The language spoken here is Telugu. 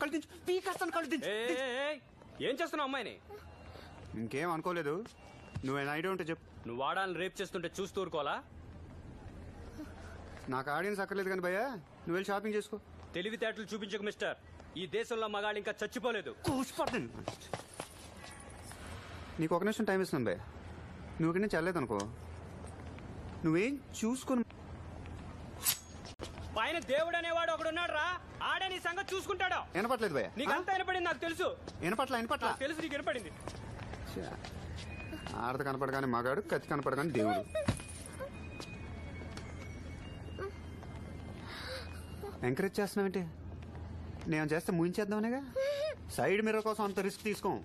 కళ్ళు దించు పీకేస్తాను కళ్ళు దించు ఏయ్, ఏయ్, ఏయ్, ఏం చేస్తున్నావు అమ్మాయిని ఇంకేం అనుకోలేదు నువ్వు ఏదైనా ఐడియా ఉంటే చెప్పు నువ్వు వాడాలని రేప్ చేస్తుంటే చూస్తూ ఊరుకోవాలా నాకు ఆడియన్స్ అక్కర్లేదు కానీ భయ్యా నువ్వు వెళ్ళి షాపింగ్ చేసుకో తెలివితేటలు చూపించకు మిస్టర్ ఈ దేశంలో మగాళ్ళు ఇంకా చచ్చిపోలేదు కూసిపడతాను నీకు ఒక నిమిషం టైం ఇస్తున్నాను భయ్య నువ్వు ఇక్కడ నుంచి వెళ్ళలేదు అనుకో నువ్వేం చూసుకుని పైన దేవుడు అనేవాడు ఒకడున్నాడు రా ఆడే నీ సంగతి చూసుకుంటాడు వినపట్లేదు భయ్య నీకు అంతా వినపడింది నాకు తెలుసు వినపట్ల వినపట్ల నాకు తెలుసు నీకు వినపడింది ఆడత కనపడగానే మగాడు కత్తి కనపడగానే దేవుడు ఎంకరేజ్ చేస్తున్నావేంటి నేను చేస్తే ముయించేద్దామనేగా సైడ్ మిర్రర్ కోసం అంత రిస్క్ తీసుకోం